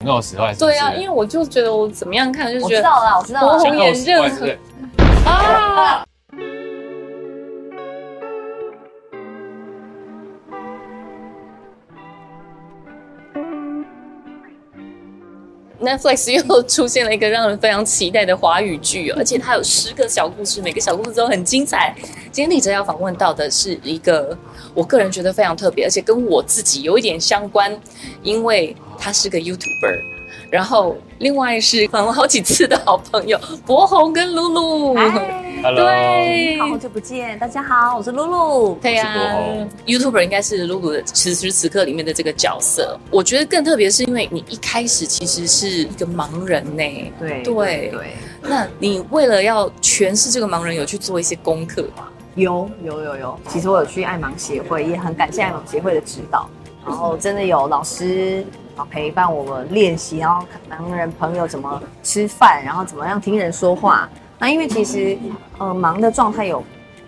那种时候还是不是对啊，因为我就觉得我怎么样看就我觉得知道了，我知道我了。像那种时候还红颜是啊，Netflix 又出现了一个让人非常期待的华语剧哦， 而且它有十个小故事，每个小故事都很精彩。今天立哲要访问到的是一个我个人觉得非常特别，而且跟我自己有一点相关，因为他是个 YouTuber，然后另外是 访问好几次的好朋友博宏跟露露。嗨， Hello，对，好久不见，大家好，我是露露。对呀、我是博宏 y o u t u b e r 应该是露露的此时此刻里面的这个角色。我觉得更特别是因为你一开始其实是一个盲人呢、对对对，那你为了要诠释这个盲人，有去做一些功课吗？有有有有，其实我有去爱盲协会，也很感谢爱盲协会的指导，然后真的有老师啊陪伴我们练习，然后盲人朋友怎么吃饭，然后怎么样听人说话。那因为其实呃盲的状态有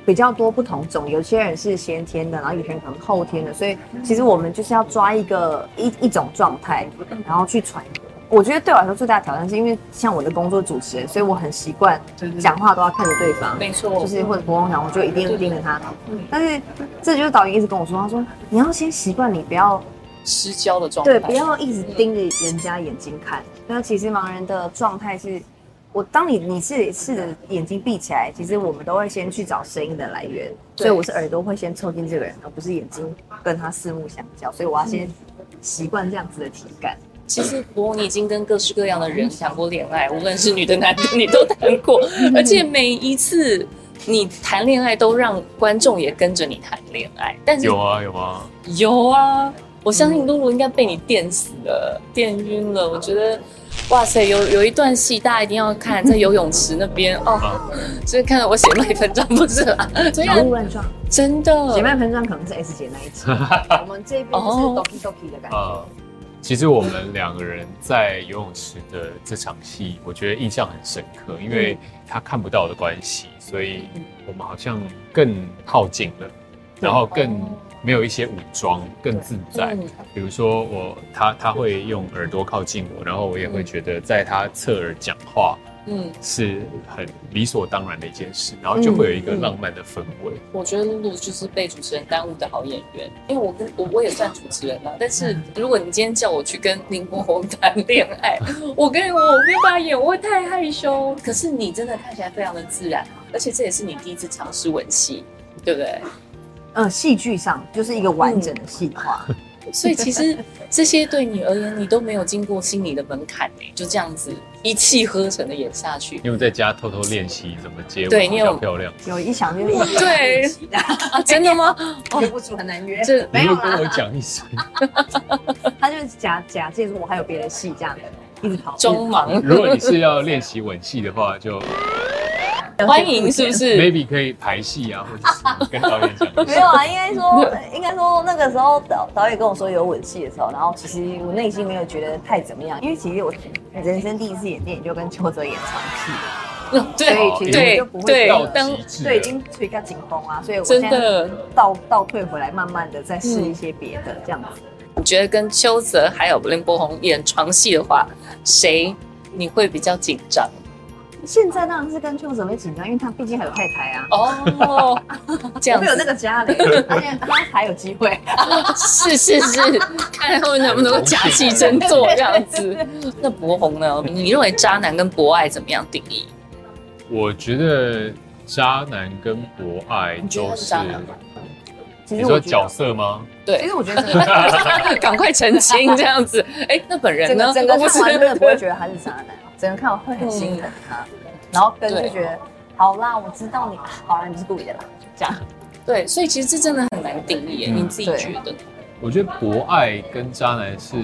比较多不同种，有些人是先天的，然后有些人可能后天的，所以其实我们就是要抓一个一一种状态，然后去传。我觉得对我来说最大的挑战是因为像我的工作主持人，所以我很习惯讲话都要看着对方，没错，就是或者不用讲，我就一定盯着他。但是这就是导演一直跟我说，他说你要先习惯，你不要失焦的状态。对，不要一直盯着人家眼睛看。那其实盲人的状态是，我当你你是试着眼睛闭起来，其实我们都会先去找声音的来源，对所以我是耳朵会先凑近这个人，而不是眼睛跟他四目相交，所以我要先习惯这样子的体感。其实博宏，你已经跟各式各样的人 谈过恋爱，无论是女的男的，你都谈过，嗯而且每一次你谈恋爱都让观众也跟着你谈恋爱。但是有啊有啊，有啊，我相信露露应该被你电死了、电晕了。我觉得，哇塞，有有一段戏大家一定要看，在游泳池那边哦， 啊所以看到我血脉喷张不是啦，虽小然鹿乱撞，啊真姐的妹喷撞可能是 S 姐 那一集，我们这边是哦 doki doki 的感觉。呃，其实我们两个人在游泳池的这场戏，我觉得印象很深刻，因为他看不到的关系，所以我们好像更靠近了，然后更没有一些武装，更自在。嗯比如说我他他会用耳朵靠近我，然后我也会觉得在他侧耳讲话嗯，是很理所当然的一件事，然后就会有一嗯个浪漫的氛围。我觉得露露就是被主持人耽误的好演员，因为我跟我我也算主持人啦。但是如果你今天叫我去跟林柏宏谈恋爱，我跟我没法演，我会太害羞。可是你真的看起来非常的自然，而且这也是你第一次尝试吻戏，对不对？嗯，戏剧上就是一个完整的嗯戏化。所以其实这些对你而言，你都没有经过心理的门槛呢、就这样子一气呵成的演下去因 为我在家偷偷练习怎么接对吻，你比有较漂亮。有一想就是对 啊？真的吗？约不出很难约，这没有你就跟我啦，讲一声。 他就是假假借说我还有别的戏这样，一直跑。装忙，如果你是要练习吻戏的话， 就欢迎是不是？ maybe 可以排戏啊，或者是跟导演讲一没有下。啊，应该说应该说那个时候导导演跟我说有吻戏的时候，然后其实我内心没有觉得太怎么样，因为其实我人生第一次演电影就跟邱泽演长戏，对所以其实对就不会对到，当极致了，对，已经吹个紧绷啊，所以我真现在的。嗯倒倒退回来，慢慢的再试一些别的这样子。你觉得跟邱泽还有林柏宏演床戏的话，谁你会比较紧张？现在当然是跟邱泽会紧张，因为他毕竟还有太太啊。 哦，这我样们有那子个家 里，而且他还有机会。是是是，看他们能不能够假戏真做这样子。 那博宏呢？你认为渣男跟博爱怎么样定义？我觉得渣男跟博爱你觉得都他是是渣男吗，其你实我说觉角得，色吗？其对，实我觉得整个 赶快澄清这样 子。哎，那本人整呢个？整个哦不嗯看是完真的不会觉得他是渣男，整个看完会很心疼他，然后跟就觉得好啦，我知道你，好啦，你不是故意的啦，这样。对，所以其实这真的很难定义耶，嗯你自己觉得？我觉得博爱跟渣男是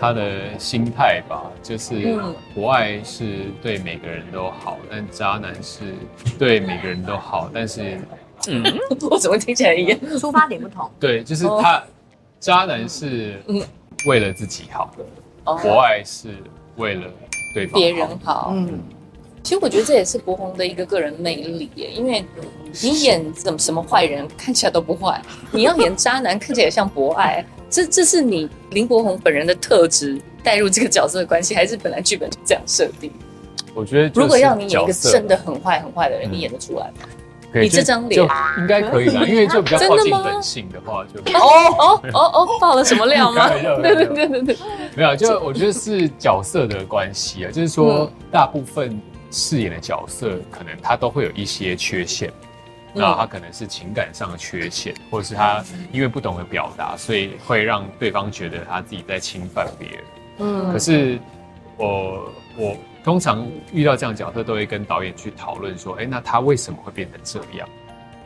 他的心态吧，就是嗯博爱是对每个人都好，但渣男是对每个人都好，但是嗯 我怎么听起来一样？出发点不同，对，就是哦他渣男是嗯为了自己好，博哦，爱是为了对方好别人好。嗯，其实我觉得这也是博宏的一个个人魅力耶，因为 你演怎么什么坏人看起来都不坏，你要演渣男看起来也像博爱，这这是你林柏宏本人的特质带入这个角色的关系，还是本来剧本就这样设定？我觉得就是如果要你演一角个色真的很坏很坏的人，嗯你演得出来吗？可以你这就就张脸应该可以 啦，因为就比较真靠的近吗本性的话，就哦哦哦哦，爆了什么料吗？开玩笑对对对对对，没有，啊就我觉得是角色的关系啊，就是说嗯大部分饰演的角色，可能他都会有一些缺陷。嗯那他可能是情感上的缺陷，或者是他因为不懂得表达，所以会让对方觉得他自己在侵犯别人。嗯可是我我通常遇到这样的角色，都会跟导演去讨论说，哎、那他为什么会变成这样？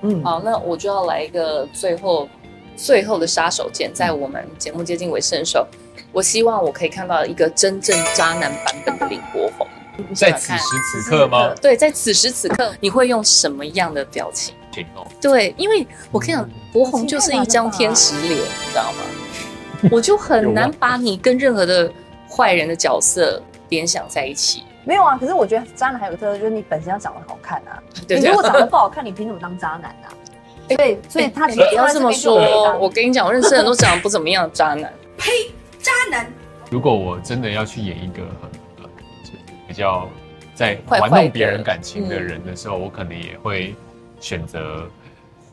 嗯，好，那我就要来一个最后最后的杀手锏，在我们节目接近尾声的时候，我希望我可以看到一个真正渣男版本的林柏宏。你在想此想看时此刻吗？对，在此时此刻，你会用什么样的表情？停哦，对，因为我跟你讲，柏宏就是一张天使脸，你知道吗？我就很难把你跟任何的坏人的角色联想在一起。没有啊。可是我觉得渣男还有个特色，就是你本身要长得好看啊。对不你对如 果长得不好看，你凭什么当渣男啊？所以，所以他哎你不要这么说，哦我跟你讲，我认识很多长得不怎么样的渣男。如果我真的要去演一个呃比较在坏坏玩的弄别人感情嗯的人的时候，我可能也会选择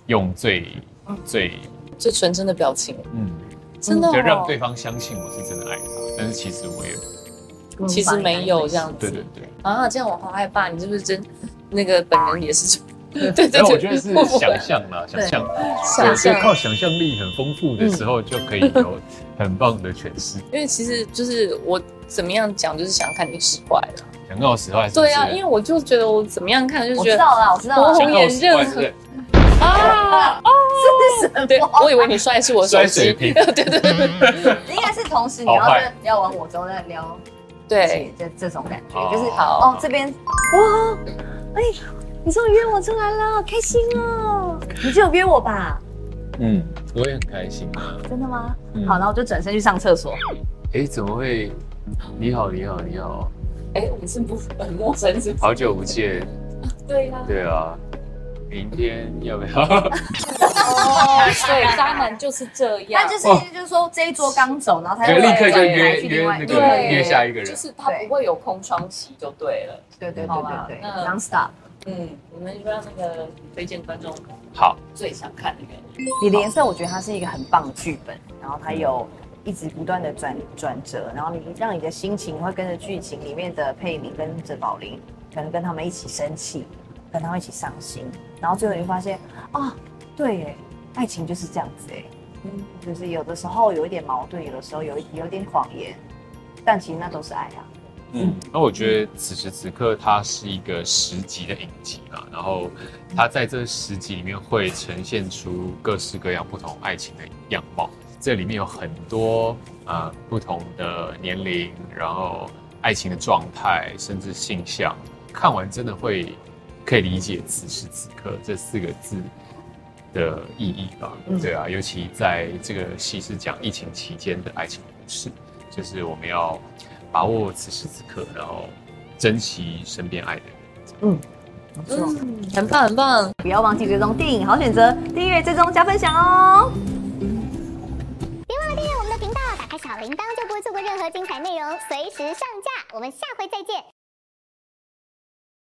用最嗯最最纯真的表情，嗯，真的、哦就让对方相信我是真的爱他，但是其实我也嗯其啊实没有这样子。对对对，啊，这样我好害怕，你是不是真那个本人也是？ 对对对，但我觉得是想象啦，想对象，想对，就象，靠想象力很丰富的时候，就可以有很棒的诠释。因为其实就是我怎么样讲，就是想看你使坏了。想告实话是不是，对啊，因为我就觉得我怎么样看就我觉知得啊道啦，我知道我啦。想告演实话任是不何是啊，是什么对，我以为你摔的是我手摔水机，瓶，对对对应该是同时你要好坏聊完我之后再聊对姐，这这种感哦觉，就是好哦这边哇，哎，你终于约我出来了，开心哦！你就有约我吧？嗯，我也很开心啊。真的吗？嗯好，然后我就转身去上厕所。哎，怎么会？你好，你好，你好，哎，我们是不很陌生是不是？好久不见。对呀，对啊，明天要不要？哦，对，渣男就是 这样他就。是哇就是说这一桌刚走，然后他就 对哦立刻就对约约那个对约下一个就人。是他不会有空窗期就对了。对对对好吧对对那，non stop。嗯，我们让那个推荐观众好，最想看那个。你的颜色，我觉得它是一个很棒的剧本，然后它有一直不断的转转折，然后你让你的心情会跟着剧情里面的佩妮跟着宝林，可能跟他们一起生气，跟他们一起伤心，然后最后你会发现啊，对耶，爱情就是这样子哎，嗯，就是有的时候有一点矛盾，有的时候有一有一点谎言，但其实那都是爱啊。嗯，那我觉得此时此刻它是一个十集的影集嘛，然后它在这十集里面会呈现出各式各样不同爱情的样貌，这里面有很多啊、呃不同的年龄，然后爱情的状态，甚至性向，看完真的会可以理解此时此刻这四个字。的意义吧，嗯对啊，尤其在这个戏是讲疫情期间的爱情故事，就是我们要把握此时此刻，然后珍惜身边爱的人。没错嗯，很棒很棒，不要忘记追踪电影好选择，订阅、追踪、加分享哦。别忘了订阅我们的频道，打开小铃铛就不会错过任何精彩内容，随时上架。我们下回再见。